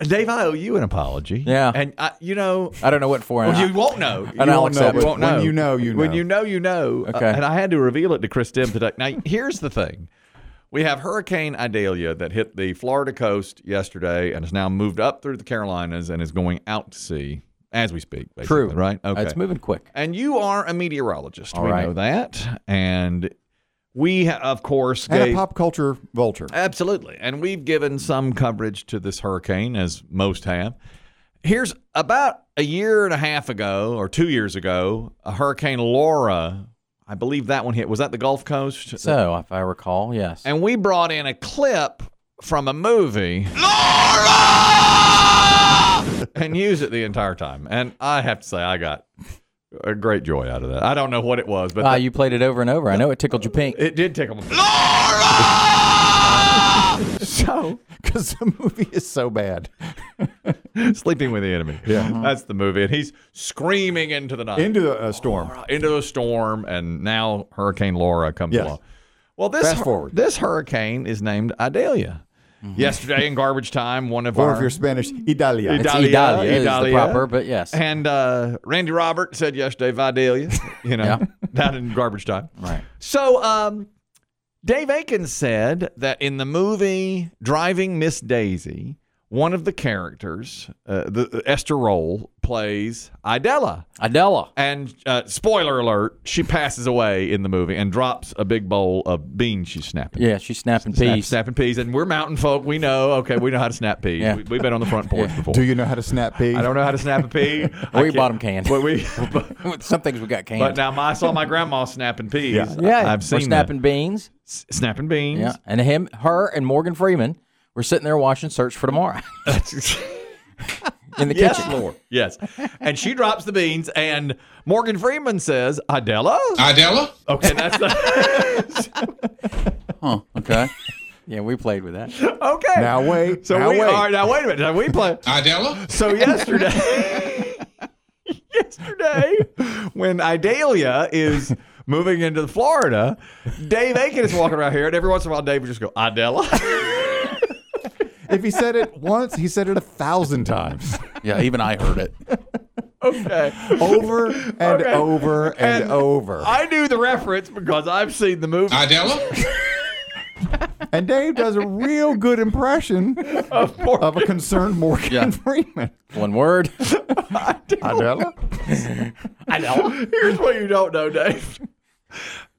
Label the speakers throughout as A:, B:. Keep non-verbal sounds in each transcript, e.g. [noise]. A: Dave, I owe you an apology.
B: Yeah.
A: and I, you know,
B: I don't know what for.
A: well,
B: and
A: Oh, you won't know. You
B: I'll
A: won't know.
B: accept
A: You
B: it.
A: won't
C: When
A: know.
C: you know, you
A: When
C: know.
A: you know, you know. Uh,
B: Okay.
A: and I had to reveal it to Chris Dim today. Now, here's the thing. We have Hurricane Idalia that hit the Florida coast yesterday and has now moved up through the Carolinas and is going out to sea as we speak. Basically,
B: True.
A: Right?
B: I- It's moving quick.
A: And you are a meteorologist. we
B: right.
A: know that. And we, of course,
C: And
A: gave-
C: a pop culture vulture.
A: Absolutely. And we've given some coverage to this hurricane, as most have. Here's about a year and a half ago, or two years ago, a Hurricane Laura, I believe that one hit. Was that the Gulf Coast?
B: So, if I recall, yes.
A: And we brought in a clip from a movie. Laura! and used it the entire time. And I have to say, I got a great joy out of that. I don't know what it was, but
B: Ah,
A: that-
B: you played it over and over. I know it tickled your pink.
A: it did tickle me.
C: So, because the movie is so bad.
A: [laughs] Sleeping with the enemy. Yeah, that's the movie, and he's screaming into the night,
C: Into a, a storm.
A: into a storm, and now Hurricane Laura comes
C: Yes.
A: along. Well, this
C: Fast
A: hur-
C: forward.
A: this hurricane is named Idalia. Yesterday in garbage time, one of
C: Or
A: our
C: if you're Spanish,
A: Italia.
C: Italia.
B: It's Idalia is the
A: Idalia.
B: proper, but yes.
A: [laughs] and uh, Randy Robert said yesterday Vidalia, you know, [laughs] down in garbage time.
B: Right.
A: So, um, Dave Aiken said that in the movie Driving Miss Daisy, one of the characters, uh, the, the Esther Roll, plays Idella.
B: Adela.
A: And uh, spoiler alert, she passes away in the movie and drops a big bowl of beans she's snapping.
B: Yeah, she's snapping
A: Snap-
B: peas.
A: snapping peas. And we're mountain folk. We know, okay, we know how to snap peas.
B: Yeah.
A: We, we've been on the front porch before.
C: Do you know how to snap pig?
A: I don't know how to snap a
B: [laughs]
A: pea. I
B: We
A: can't-
B: bought 'em canned.
A: But
B: [laughs]
A: we, but,
B: [laughs] Some things we got canned.
A: but now my- I saw my grandma snapping peas. Yeah,
B: yeah,
A: I've seen
B: we're
A: that.
B: snapping beans.
A: S- snapping beans.
B: Yeah, and him, her, and Morgan Freeman were sitting there watching Search for Tomorrow [laughs]
A: [laughs]
B: in the
A: yes,
B: kitchen.
A: Lord. [laughs] Yes. And she drops the beans, and Morgan Freeman says, Adela?
D: Idella?
A: Okay, that's the.
B: Huh, okay. yeah, we played with that.
A: [laughs] okay.
C: Now wait.
A: so
C: now
A: we
C: wait.
A: are. Now, wait a minute. Now we play.
D: Idella?
A: So yesterday, [laughs] yesterday, when Idalia is moving into Florida, Dave Aiken is walking around here, and every once in a while, Dave would just go, Idella. [laughs]
C: If he said it once, he said it a thousand times.
B: Yeah, even I heard it.
A: okay.
C: [laughs] Over and
A: Okay.
C: over and,
A: And
C: over.
A: I knew the reference because I've seen the movie
D: Idella?
C: and Dave does a real good [laughs] impression
A: of Morgan
C: of a concerned Morgan
B: Yeah.
C: Freeman.
A: [laughs]
B: One word.
C: Adela?
A: I know. Here's what you don't know, Dave.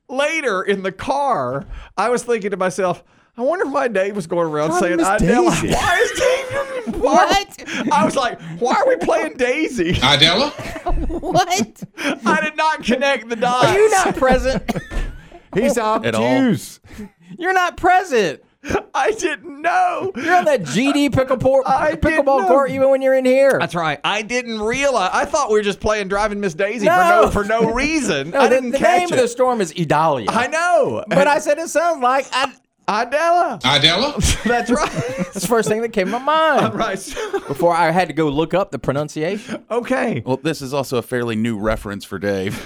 A: Later in the car, I was thinking to myself, I wonder if my Dave was going around
C: Why
A: saying
C: Miss
A: Idella. [laughs]
C: Daisy?
A: Why is Dave? Why, what? I was like, why are we playing Daisy?
D: Idella?
E: What?
A: I did not connect the dots.
B: You're not present.
C: He's obtuse.
B: [laughs] You're not present.
A: I didn't know.
B: You're on that GD pickle por-
A: I didn't
B: pickleball
A: know.
B: court even when you're in here.
A: That's right. I didn't realize. I thought we were just playing driving Miss Daisy
B: No.
A: for
B: [laughs]
A: no for no reason.
B: No,
A: I
B: the-
A: didn't
B: the,
A: catch
B: name
A: it.
B: of the storm is Idalia.
A: I know,
B: but I said it sounds like I,
A: Idella.
D: Idella?
A: That's right.
B: [laughs] that's the first thing that came to my mind
A: right.
B: before I had to go look up the pronunciation.
A: Okay.
F: Well, this is also a fairly new reference for Dave.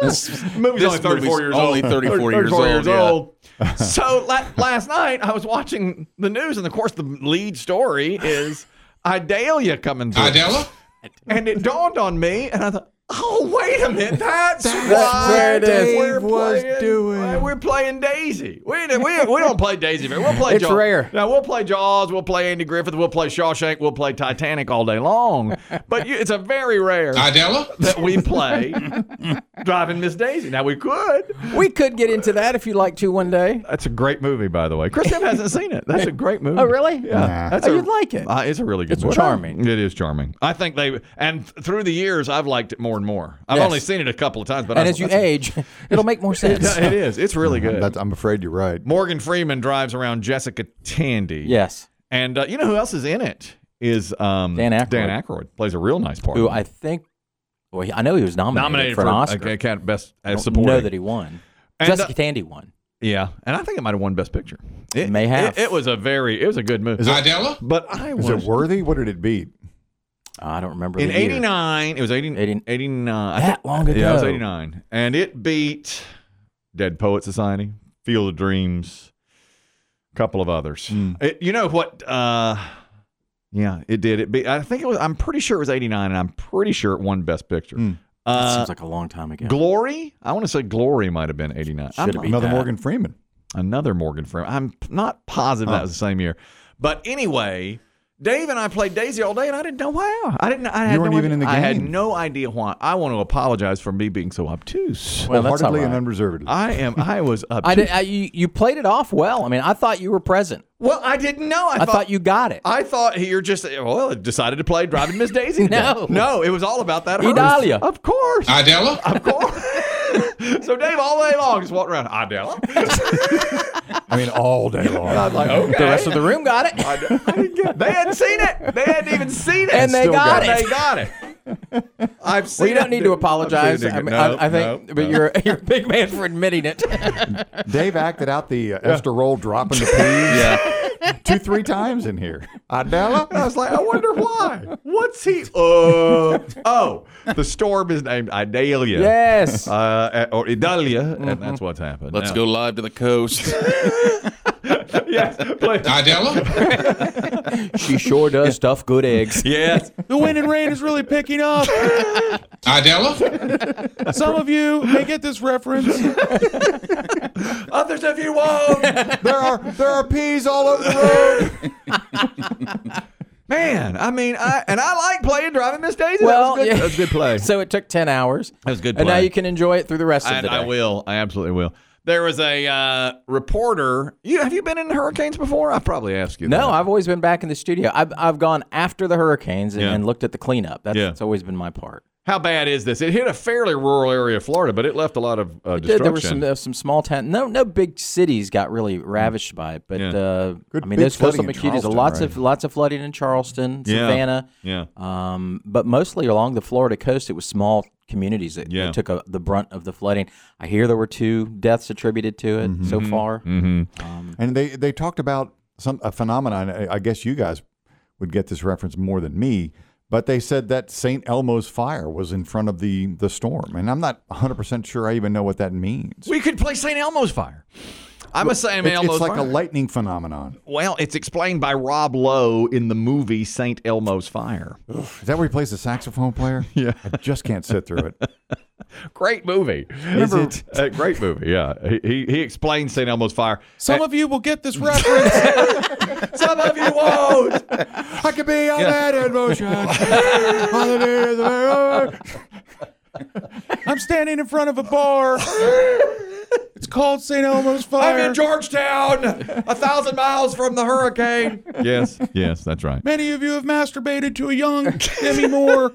F: this
A: movie's
F: This
A: only 34
F: movie's
A: years
F: only
A: old.
F: 34 years old, [laughs]
A: old. so la- last night I was watching the news, and of course the lead story is Idalia coming through.
D: Idella?
A: And it dawned on me, and I thought, oh, wait a minute. That's, why
B: where it is.
A: we're
C: Dave was
A: playing,
C: doing.
A: why We're playing Daisy. We, we, we don't play Daisy very We'll play
B: It's
A: Jaws.
B: rare.
A: Now, we'll play Jaws. We'll play Andy Griffith. We'll play Shawshank. We'll play Titanic all day long. But you, it's a very rare
D: Idella?
A: that we play Driving Miss Daisy. Now, we could.
B: We could get into that if you'd like to one day.
A: That's a great movie, by the way. Chris Tim hasn't seen it. That's a great movie.
B: Oh, really?
A: Yeah.
C: Nah.
A: That's
B: Oh,
A: a-
B: you'd like it.
A: Uh, it's a really good
B: It's
A: movie.
B: charming.
A: It is charming. I think they, and th- through the years, I've liked it more and more. I've
B: Yes.
A: only seen it a couple of times, but
B: And
A: I,
B: as you
A: that's-
B: age, it'll make more sense.
A: Yeah, it is. It's
B: [laughs]
A: really good.
C: That's, I'm afraid you're right.
A: Morgan Freeman drives around Jessica Tandy.
B: Yes.
A: And uh, you know who else is in it? Is um,
B: Dan Aykroyd.
A: Dan Aykroyd. Plays a real nice part.
B: Who I think, well, he- I know he was nominated,
A: Nominated
B: for an Oscar.
A: a- a cat- best
B: I
A: as
B: don't
A: supporting.
B: know that he won.
A: And,
B: Jessica
A: uh,
B: Tandy won.
A: yeah, and I think it might have won Best Picture. It
B: May have.
A: It, it was a very, it was a good movie.
D: Idella?
A: but I was
C: Is it worthy? What did it beat?
B: I don't remember.
A: in
B: the year.
A: '89. It was 80,
B: 80
A: 89. I
B: That long
A: Yeah, it was
B: ago.
A: 89. And it beat Dead Poet Society, Field of Dreams, couple of others.
C: Hmm.
A: It- you know what? Uh, yeah, it did. It. Be, I think it was. I'm pretty sure it was '89, and I'm pretty sure it won Best Picture.
C: Hmm.
B: That
A: Uh,
B: seems like a long time ago.
A: Glory. I want to say Glory might have been '89.
B: Should have been.
C: Another
B: that.
C: Morgan Freeman.
A: another Morgan Freeman. I'm not positive that was the same year, but anyway, Dave and I played Daisy all day, and I didn't know how. I didn't. I had
C: You weren't
A: no
C: even
A: idea-
C: in the
A: I had
C: game.
A: no idea why. I want to apologize for me being so obtuse.
B: well, that's all
C: Wholeheartedly
B: right.
C: and unreservedly.
A: I am. I was obtuse.
B: I did, I, you, you played it off well. I mean, I thought you were present.
A: well, I didn't know. I,
B: I thought you got it.
A: I thought you're just well decided to play driving Miss
B: [laughs]
A: Daisy. today.
B: No.
A: no, it was all about that. hearse.
B: Idalia.
A: of course,
F: Idella?
A: of course. [laughs] so Dave all day long just walked around Idella.
C: I mean, all [laughs] day long.
A: like,
B: The
A: okay.
B: rest of the room got it.
A: I, I didn't get it. They hadn't seen it. They hadn't even seen it.
B: And they
A: Still
B: got it.
A: They got it. I've seen.
B: [laughs] well, you don't
A: it.
B: need to apologize.
A: I've seen
B: I,
A: it.
B: mean,
A: No,
B: I, I think,
A: no,
B: but
A: no.
B: you're [laughs] you're a big man for
A: [laughs]
B: admitting it.
C: Dave acted out the uh, Esther roll dropping the [laughs] peas
A: Yeah.
C: two, three times in here. Adela?
A: I was like, I wonder why.
B: [laughs]
A: What's he? Uh, oh, the storm is named Idalia.
B: yes.
A: Uh, or Idalia,
B: Mm-hmm.
A: and that's what's happened.
F: Let's
A: now.
F: [laughs] go live to the coast.
A: Yes, play-
F: Idella?
B: she sure does stuff
A: [laughs]
B: good eggs.
A: yes.
D: The wind and rain is really picking up.
F: Idella?
D: Some of you may get this reference.
A: [laughs] Others of you won't.
C: There are there are peas all over the road.
A: [laughs] Man, I mean, I and I like playing driving Miss Daisy.
B: Well,
A: that was good,
B: yeah.
A: that was good play.
B: [laughs] So it took ten hours.
A: That was good
B: And now
A: play.
B: you can enjoy it through the rest of
A: I,
B: the day.
A: I will. I absolutely will. There was a uh, reporter. You have you been in hurricanes before? I probably asked you.
B: No,
A: that.
B: I've always been back in the studio. I've, I've gone after the hurricanes and,
A: Yeah.
B: and looked at the cleanup. That's,
A: Yeah.
B: that's always been my part.
A: How bad is this? It hit a fairly rural area of Florida, but it left a lot of uh,
B: There-
A: destruction.
B: There were some uh, some small town. No, no big cities got really ravished by it, but
A: Yeah.
B: uh, I mean,
C: big
B: those coastal
C: flooding in
B: communities,
C: Charleston,
B: lots
C: right?
B: of lots of flooding in Charleston,
A: Yeah.
B: Savannah,
A: yeah.
B: um, but mostly along the Florida coast. It was small communities that, that
A: Yeah.
B: took a, the brunt of the flooding. I hear there were two deaths attributed to
A: Mm-hmm.
B: it so far.
C: And they they talked about some a phenomenon. I I guess you guys would get this reference more than me, but they said that St. Elmo's fire was in front of the the storm, and I'm not 100 percent sure I even know what that means.
A: We could play St. Elmo's Fire. I'm a St.
C: It's-
A: Elmo's
C: it's like
A: Fire.
C: a lightning phenomenon.
A: well, it's explained by Rob Lowe in the movie St. Elmo's Fire.
C: Is that where he plays the saxophone player? Yeah, I just can't sit through it.
A: [laughs] Great movie.
C: Remember- it?
A: Uh, great movie. Yeah, he he, he explains St. Elmo's Fire.
D: Some of you will get this reference.
A: Some of you won't.
C: I could be on that in motion. Hallelujah, the Lord.
D: I'm standing in front of a bar. It's called St. Elmo's
A: I'm
D: Fire.
A: in Georgetown, a thousand miles from the hurricane. Yes, yes, that's right.
D: Many of you have masturbated to a young Demi Moore.